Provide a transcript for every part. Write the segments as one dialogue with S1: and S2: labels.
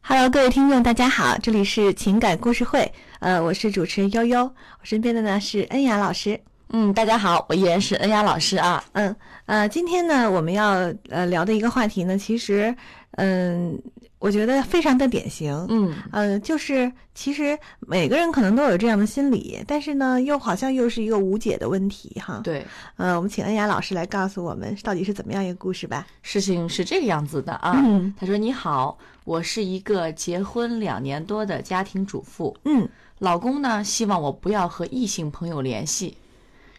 S1: Hello，各位听众，大家好，这里是情感故事会，呃，我是主持人悠悠，我身边的呢是恩雅老师，
S2: 嗯，大家好，我依然是恩雅老师啊。
S1: 嗯，呃，今天呢，我们要呃聊的一个话题呢，其实，嗯，我觉得非常的典型，
S2: 嗯
S1: 呃，就是其实每个人可能都有这样的心理，但是呢，又好像又是一个无解的问题哈。，
S2: 对，
S1: 呃，我们请恩雅老师来告诉我们到底是怎么样一个故事吧。
S2: 事情是这个样子的啊。
S1: 嗯
S2: 他说：“你好，我是一个结婚两年多的家庭主妇，
S1: 嗯
S2: 老公呢希望我不要和异性朋友联系。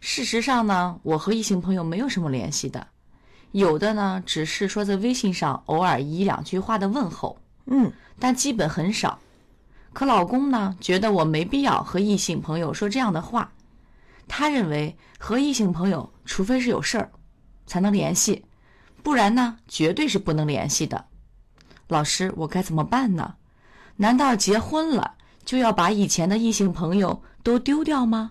S2: 事实上呢，我和异性朋友没有什么联系的，有的呢只是说在微信上偶尔一两句话的问候，
S1: 嗯
S2: 但基本很少。可老公呢，觉得我没必要和异性朋友说这样的话，他认为和异性朋友，除非是有事儿，才能联系，不然呢，绝对是不能联系的。老师，我该怎么办呢？难道结婚了就要把以前的异性朋友都丢掉吗？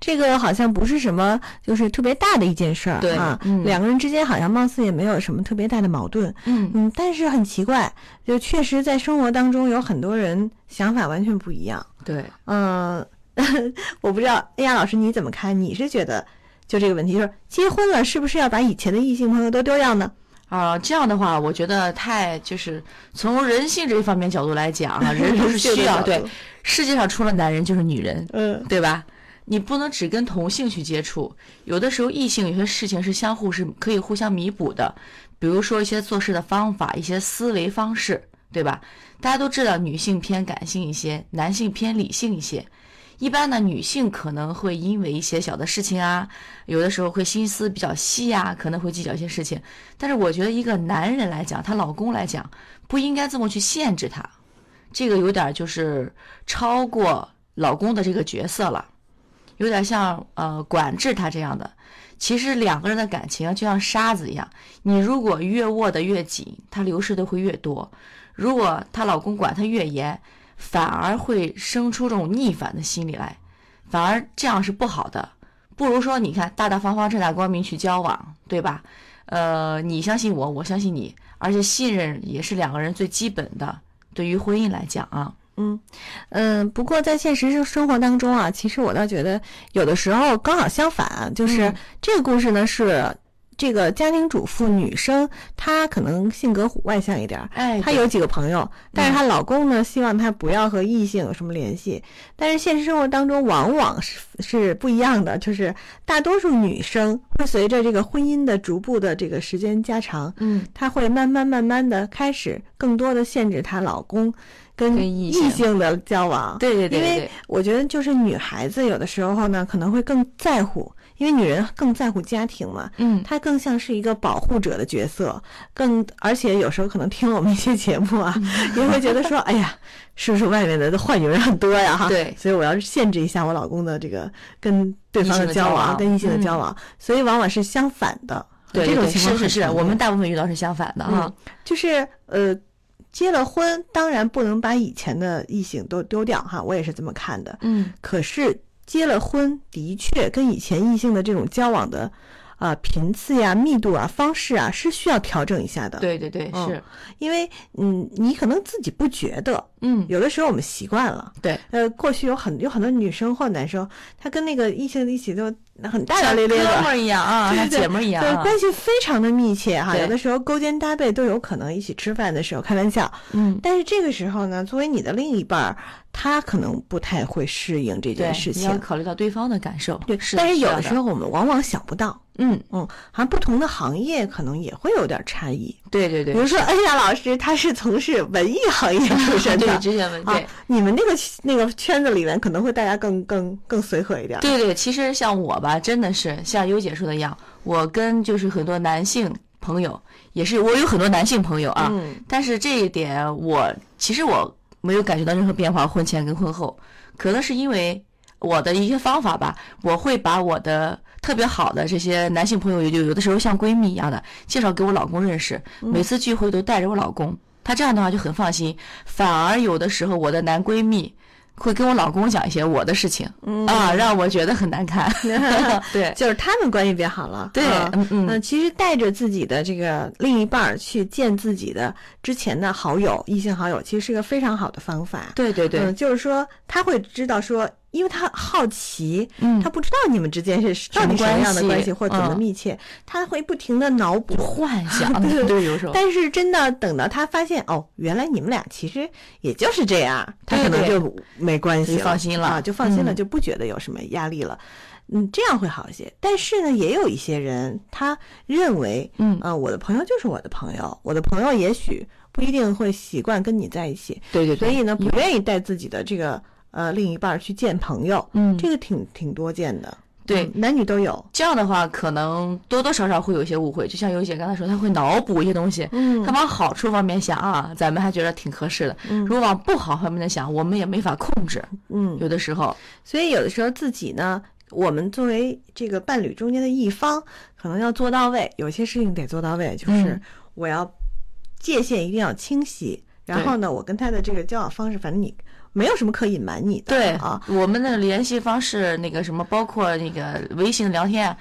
S1: 这个好像不是什么就是特别大的一件事儿
S2: 对
S1: 啊，
S2: 嗯
S1: 两个人之间好像貌似也没有什么特别大的矛盾。
S2: 嗯，
S1: 嗯，但是很奇怪，就确实在生活当中有很多人想法完全不一样。
S2: 对，
S1: 嗯， 我不知道，哎呀，老师你怎么看？你是觉得就这个问题，就是结婚了是不是要把以前的异性朋友都丢掉呢？
S2: 啊、这样的话，我觉得太就是从人性这方面角度来讲 啊， 人都是需要对，世界上除了男人就是女人，
S1: 嗯
S2: 对吧？你不能只跟同性去接触，有的时候异性有些事情是相互是可以互相弥补的，比如说一些做事的方法、一些思维方式，对吧？大家都知道女性偏感性一些，男性偏理性一些。一般呢，女性可能会因为一些小的事情啊，有的时候会心思比较细啊，可能会计较一些事情。但是我觉得一个男人来讲，她老公来讲，不应该这么去限制她，这个有点儿就是超过老公的这个角色了，有点像呃管制他这样的。其实两个人的感情啊就像沙子一样，你如果越握得越紧，它流失的会越多；如果她老公管她越严，反而会生出这种逆反的心理来，反而这样是不好的。不如说，你看，大大方方、正大光明去交往，对吧？呃，你相信我，我相信你，而且信任也是两个人最基本的。对于婚姻来讲啊，
S1: 嗯嗯，不过在现实生生活当中啊，其实我倒觉得有的时候刚好相反，啊就是
S2: 嗯
S1: 这个故事呢是。这个家庭主妇女生，她可能性格外向一点儿，
S2: 哎，嗯
S1: 她有几个朋友，但是她老公呢，希望她不要和异性有什么联系。但是现实生活当中往往是是不一样的，就是大多数女生会随着这个婚姻的逐步的这个时间加长，
S2: 嗯，
S1: 她会慢慢慢慢的开始更多的限制她老公跟
S2: 跟
S1: 异
S2: 异性
S1: 的交往。
S2: 对对对
S1: 因
S2: 对
S1: 为
S2: 对，
S1: 我觉得就是女孩子有的时候呢，可能会更在乎，因为女人更在乎家庭嘛，
S2: 嗯，
S1: 她更像是一个保护者的角色，更而且有时候可能听我们一些节目啊，
S2: 嗯
S1: 也会觉得说，哎呀，是不是外面的坏女人很多呀？哈，
S2: 对
S1: 所以我要是限制一下我老公的这个跟对方
S2: 异性的
S1: 交
S2: 交
S1: 往，
S2: 往
S1: 跟异性的
S2: 嗯
S1: 交往，所以往往是相反的。
S2: 对
S1: 这
S2: 对
S1: 种
S2: 对
S1: 情况
S2: 是是
S1: 很
S2: 是，
S1: 常
S2: 我们
S1: 见
S2: 大部分遇到是相反的
S1: 嗯
S2: 哈。，
S1: 就是呃，结了婚，当然不能把以前的异性都丢掉哈，我也是这么看的。
S2: 嗯，
S1: 可是结了婚，的确跟以前异性的这种交往的，啊、频次呀、密度啊、方式啊，是需要调整一下的。，
S2: 对对对
S1: 嗯
S2: 是，
S1: 因为嗯，你可能自己不觉得，
S2: 嗯，
S1: 有的时候我们习惯了。
S2: 对，
S1: 呃，过去有很有很多女生或男生，他跟那个异性一起都很大大
S2: 像
S1: 咧咧
S2: 哥
S1: 的
S2: 们，儿一样啊，
S1: 对
S2: 像
S1: 对
S2: 姐们儿一样
S1: 对，
S2: 啊。
S1: 关系非常的密切哈，
S2: 对
S1: 有的时候勾肩搭背都有可能一起吃饭的时候开玩笑。
S2: 嗯，
S1: 但是这个时候呢，作为你的另一半儿，他可能不太会适应这
S2: 对
S1: 件事，
S2: 你要
S1: 情。
S2: 考虑到对方的感受。
S1: 对，
S2: 是，
S1: 但是有
S2: 的
S1: 的时，候我们往往想不到，
S2: 嗯，
S1: 嗯，好像不同的行业可能也会有点差异。
S2: 对对
S1: 比
S2: 对，
S1: 如说恩雅老师，他是从事文艺行业出身
S2: 对
S1: 的。
S2: 之前问
S1: 啊
S2: 对。，
S1: 你们那个那个圈子里面可能会大家更更更随和一点儿。
S2: 对对，其实像我吧，真的是像优姐说的一样，我跟就是很多男性朋友，也是我有很多男性朋友啊，
S1: 嗯
S2: 但是这一点我其实我没有感觉到任何变化，婚前跟婚后，可能是因为我的一些方法吧，我会把我的特别好的这些男性朋友，也就有的时候像闺蜜一样的介绍给我老公认识，
S1: 嗯
S2: 每次聚会都带着我老公，他这样的话就很放心，反而有的时候我的男闺蜜。会跟我老公讲一些我的事情、
S1: 嗯
S2: 啊，让我觉得很 难堪。对
S1: 就是他们关系变好了。
S2: 对
S1: 啊，
S2: 嗯嗯
S1: 嗯，其实带着自己的这个另一半儿去见自己的之前的好友、异性好友，其实是个非常好的方法。
S2: 对对对，
S1: 嗯，就是说他会知道说，因为他好奇，
S2: 嗯
S1: 他不知道你们之间是到底什
S2: 什么
S1: 么样的
S2: 关
S1: 关
S2: 系
S1: 系或怎么
S2: 嗯
S1: 密切，他会不停的脑补。
S2: 幻想，
S1: 对
S2: 对，有时候。
S1: 但是真的等到他发现哦，原来你们俩其实也就是这样，他
S2: 对
S1: 可能
S2: 对
S1: 就没关系
S2: 就放心了
S1: 啊，就放心了，
S2: 嗯
S1: 就不觉得有什么压力了。嗯，这样会好一些。但是呢，也有一些人，他认为，
S2: 嗯
S1: 啊、我的朋友就是我的朋友，我的朋友也许不一定会习惯跟你在一起，
S2: 对对
S1: 所
S2: 对，
S1: 以呢，不愿意带自己的这个呃另一半儿去见朋友，
S2: 嗯
S1: 这个挺挺多见的，
S2: 对
S1: 嗯男女都有，
S2: 这样的话，可能多多少少会有一些误会。就像尤姐刚才说，她会脑补一些东西，
S1: 嗯
S2: 她往好处方面想啊，咱们还觉得挺合适的。如果往不好方面的想，我们也没法控制。
S1: 嗯，
S2: 有的时候，
S1: 所以有的时候自己呢，我们作为这个伴侣中间的一方，可能要做到位，有些事情得做到位，就是
S2: 嗯
S1: 我要界限一定要清晰，然后呢，我跟他的这个交往方式，反正你没有什么可隐瞒你的，
S2: 对
S1: 啊，
S2: 我们的联系方式，那个什么，包括那个微信聊天，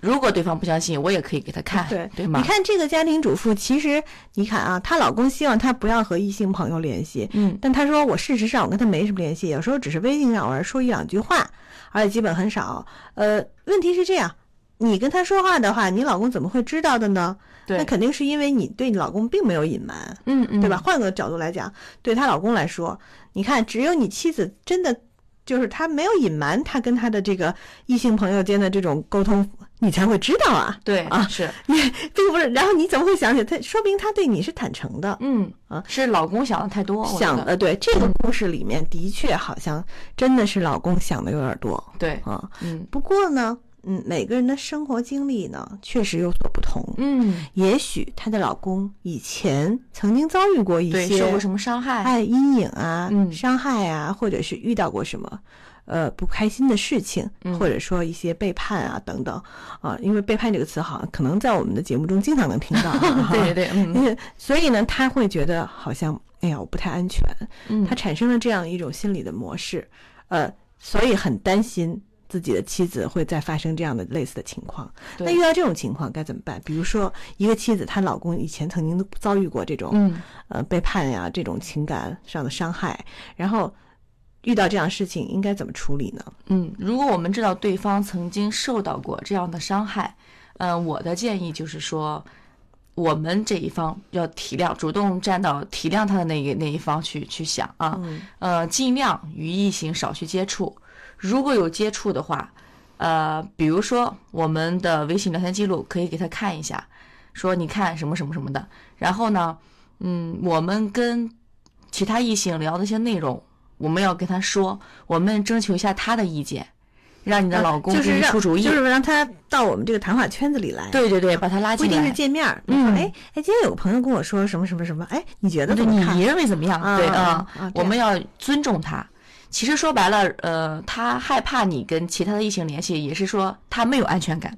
S2: 如果对方不相信，我也可以给他看，
S1: 对
S2: 哎对吗
S1: 你？看这个家庭主妇，其实你看啊，她老公希望她不要和异性朋友联系，
S2: 嗯，
S1: 但她说我事实上我跟她没什么联系，有时候只是微信上偶尔说一两句话，而且基本很少。呃，问题是这样，你跟他说话的话，你老公怎么会知道的呢？
S2: 对
S1: 那肯定是因为你对你老公并没有隐瞒，
S2: 嗯嗯，
S1: 对吧？？换个角度来讲，对她老公来说，你看，只有你妻子真的就是她没有隐瞒她跟她的这个异性朋友间的这种沟通，你才会知道啊。
S2: 对
S1: 啊
S2: 是，
S1: 并不是，然后你怎么会想起他？说明他对你是坦诚的，
S2: 嗯
S1: 啊
S2: 是老公想的太多，我觉
S1: 想呃
S2: 得
S1: 的对。这个故事里面的确好像真的是老公想的有点多
S2: 对，
S1: 啊。
S2: 嗯
S1: 不过呢，嗯，每个人的生活经历呢，确实有所不同。
S2: 嗯，
S1: 也许她的老公以前曾经遭遇过一
S2: 嗯对，
S1: 些
S2: 受过什么伤害？
S1: 爱阴影啊、
S2: 嗯
S1: 伤害啊，或者是遇到过什么呃不开心的事情，
S2: 嗯，
S1: 或者说一些背叛啊等等啊，因为背叛这个词好像可能在我们的节目中经常能听到、啊
S2: 对对对， 嗯
S1: 嗯，所以呢，他会觉得好像哎呀我不太安全，
S2: 嗯
S1: 他，产生了这样一种心理的模式，呃，所以很担心。自己的妻子会再发生这样的类似的情况，那
S2: 对
S1: 遇到这种情况该怎么办？比如说，一个妻子她老公以前曾经遭遇过这种
S2: 嗯。
S1: 呃背叛呀这种情感上的伤害，然后遇到这样的事情应该怎么处理呢？
S2: 嗯，如果我们知道对方曾经受到过这样的伤害，嗯、我的建议就是说，我们这一方要体谅，主动站到体谅他的那一那一方去去想啊，
S1: 嗯
S2: 呃，尽量与异性少去接触，如果有接触的话，呃，比如说我们的微信聊天记录可以给他看一下，说你看什么什么什么的，然后呢，嗯，我们跟其他异性聊的一些内容，我们要跟他说，我们征求一下他的意见，让你的老公
S1: 啊就
S2: 给
S1: 是
S2: 你
S1: 让
S2: 出主意，
S1: 就是让他到我们这个谈话圈子里来，，
S2: 对对对，把他拉
S1: 不
S2: 进
S1: 一定
S2: 来
S1: 是。见面儿。
S2: 嗯
S1: 哎哎，今天有个朋友跟我说什么什么什么，哎，你觉得
S2: 对
S1: 怎么
S2: 你
S1: 看
S2: 你？认为怎么样？
S1: 啊
S2: 对
S1: 啊
S2: 啊
S1: 啊，
S2: 我
S1: 对
S2: 们要尊重他。其实说白了，呃，他害怕你跟其他的异性联系，也是说他没有安全感。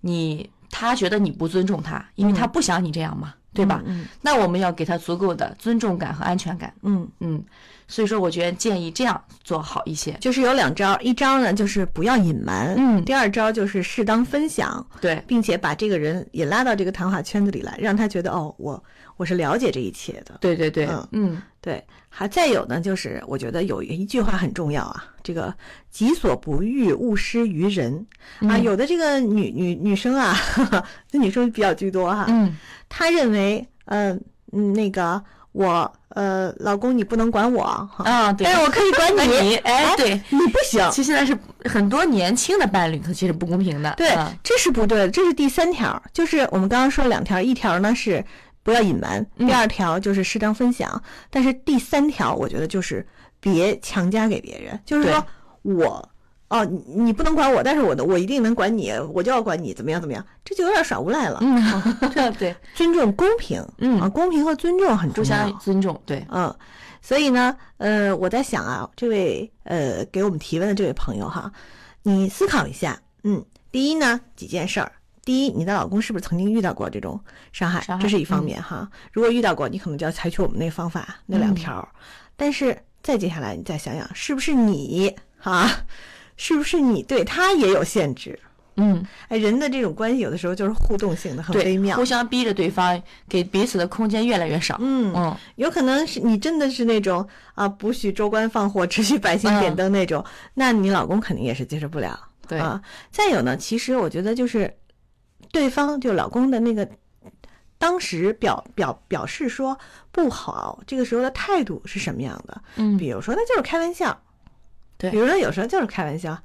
S2: 你他觉得你不尊重他，因为他不想你这样嘛，对吧？
S1: 嗯
S2: 那我们要给他足够的尊重感和安全感。
S1: 嗯，
S2: 嗯，所以说我觉得建议这样做好一些。
S1: 就是有两招，一招呢就是不要隐瞒，
S2: 嗯
S1: 第二招就是适当分享，
S2: 对
S1: 并且把这个人也拉到这个谈话圈子里来，让他觉得哦，我我是了解这一切的。
S2: 对对对，
S1: 嗯
S2: 嗯
S1: 对，还再有呢，就是我觉得有一句话很重要啊，这个“己所不欲，勿施于人”啊。
S2: 嗯
S1: 有的这个女女女生啊， 这女生比较居多哈、
S2: 嗯
S1: 她认为，嗯、嗯，那个我呃，老公你不能管我哈，
S2: 啊，对
S1: 但。是我可以管你，
S2: 你哎，对，
S1: 你不行。
S2: 其实现在是很多年轻的伴侣，可其实不公平的。
S1: 对
S2: 嗯，
S1: 这是不对的，这是第三条，就是我们刚刚说了两条，一条呢是不要隐瞒，
S2: 嗯
S1: 第二条就是适当分享，但是第三条我觉得就是别强加给别人，就是说我。哦，你你不能管我，但是我的我一定能管你，我就要管你，怎么样怎么样？这就有点耍无赖了。
S2: 嗯， 对，
S1: 尊重公平，
S2: 嗯
S1: 啊，公平和尊重很
S2: 互
S1: 重要。
S2: 相尊重，对，
S1: 嗯，所以呢，呃，我在想啊，这位呃给我们提问的这位朋友哈，你思考一下，嗯，第一呢几件事儿。第一，你的老公是不是曾经遇到过这种伤害？
S2: 伤害
S1: 这是一方面哈。如果遇到过，你可能就要采取我们那方法那两条儿。但是再接下来你再想想，是不是你啊？是不是你对他也有限制？
S2: 嗯，
S1: 哎，人的这种关系有的时候就是互动性的，很微
S2: 对，
S1: 妙
S2: 互。相逼着对方，给彼此的空间越来越少。
S1: 嗯，
S2: 嗯，
S1: 有可能是你真的是那种啊，不许州官放火， 只许百姓点灯那种，那你老公肯定也是接受不了。
S2: 嗯对，
S1: 啊，再有呢，其实我觉得就是对方就老公的那个当时表表表示说不好，这个时候的态度是什么样的？
S2: 嗯，
S1: 比如说，那就是开玩笑，
S2: 对
S1: 比如说有时候就是开玩笑，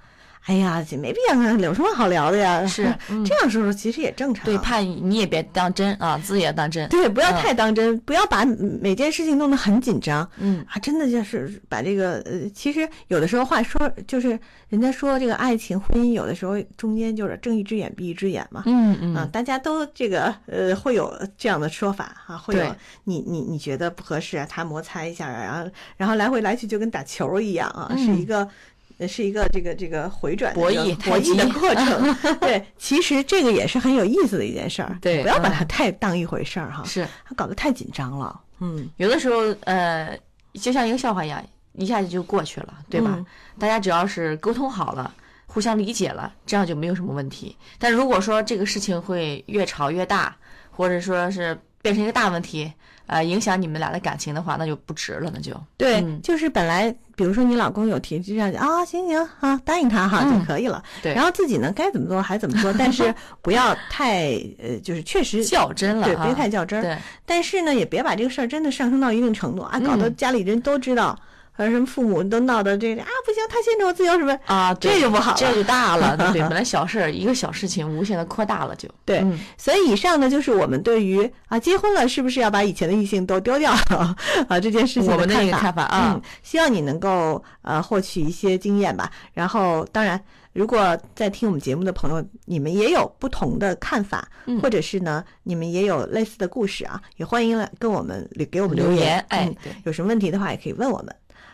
S1: 哎呀，这没必要，有什么好聊的呀？
S2: 是嗯
S1: 这样说说其实也正常，
S2: 对，怕你也别当真啊，自己也当真。
S1: 啊对，不要
S2: 嗯
S1: 太当真，不要把每件事情弄得很紧张。
S2: 嗯，
S1: 啊，真的就是把这个呃，其实有的时候话说，就是人家说这个爱情、婚姻，有的时候中间就是睁一只眼闭一只眼嘛。
S2: 嗯
S1: 啊，
S2: 嗯，
S1: 大家都这个呃，会有这样的说法啊，会有
S2: 对
S1: 你你你觉得不合适啊，他摩擦一下啊，然后然后来回来去就跟打球儿一样啊，是一
S2: 嗯
S1: 个呃是一个这个这个回转的
S2: 博
S1: 这个博
S2: 弈太
S1: 弈的
S2: 极
S1: 过 程。对，其实这个也是很有意思的一件事儿，
S2: 对
S1: 不要把
S2: 嗯
S1: 它太当一回事儿哈，
S2: 是
S1: 它搞得太紧张了，嗯。
S2: 有的时候，呃，就像一个笑话一样，一下子就过去了，对吧？
S1: 嗯
S2: 大家只要是沟通好了。互相理解了，这样就没有什么问题。但如果说这个事情会越吵越大，或者说是变成一个大问题，呃，影响你们俩的感情的话，那就不值了，那就
S1: 对，
S2: 嗯
S1: 就是本来比如说你老公有提这样啊，行行啊，答应他哈、
S2: 嗯
S1: 就可以了。
S2: 对
S1: 然后自己呢该怎么做还怎么做，但 是不要太呃，就是确实
S2: 较真了
S1: 对，
S2: 哈。
S1: 别太较真儿。
S2: 对，
S1: 但是呢，也别把这个事儿真的上升到一定程度啊，
S2: 嗯
S1: 搞得家里人都知道，还有什么父母都闹得这啊不行，他限制我自由什么，
S2: 啊，
S1: 这
S2: 对
S1: 就不好
S2: 这
S1: 了。
S2: 就大了， 对，本来小事儿，一个小事情无限的扩大了就，
S1: 对
S2: 嗯
S1: 所以以上呢，就是我们对于啊结婚了是不是要把以前的异性都丢掉 啊这件事情
S2: 我们的
S1: 看
S2: 一个
S1: 法。
S2: 看法啊
S1: 嗯，，希望你能够呃获取一些经验吧。然后，当然，如果在听我们节目的朋友，你们也有不同的看法，
S2: 嗯
S1: 或者是呢，你们也有类似的故事啊，也欢迎来跟我们给我们
S2: 留
S1: 言。
S2: 言，哎
S1: 嗯，
S2: 对，
S1: 有什么问题的话也可以问我们。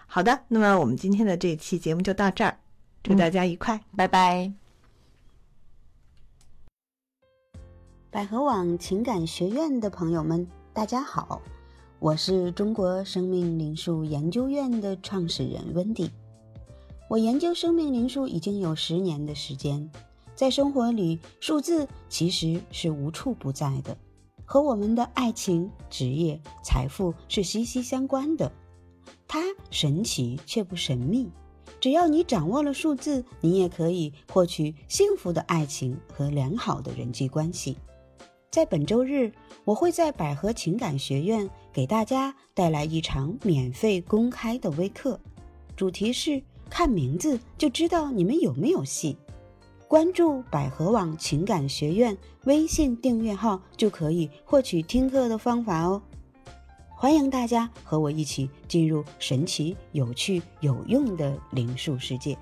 S1: 好的，那么我们今天的这一期节目就到这儿，祝
S2: 嗯
S1: 大家愉快。
S2: 拜拜。
S3: 百合网情感学院的朋友们，大家好，我是中国生命灵数研究院的创始人温迪。我研究生命灵数已经有十年的时间，在生活里，数字其实是无处不在的，和我们的爱情、职业、财富是息息相关的。它神奇却不神秘，只要你掌握了数字，你也可以获取幸福的爱情和良好的人际关系。在本周日，我会在百合情感学院给大家带来一场免费公开的微课，主题是看名字就知道你们有没有戏。关注百合网情感学院微信订阅号就可以获取听课的方法哦。欢迎大家和我一起进入神奇、有趣、有用的灵数世界。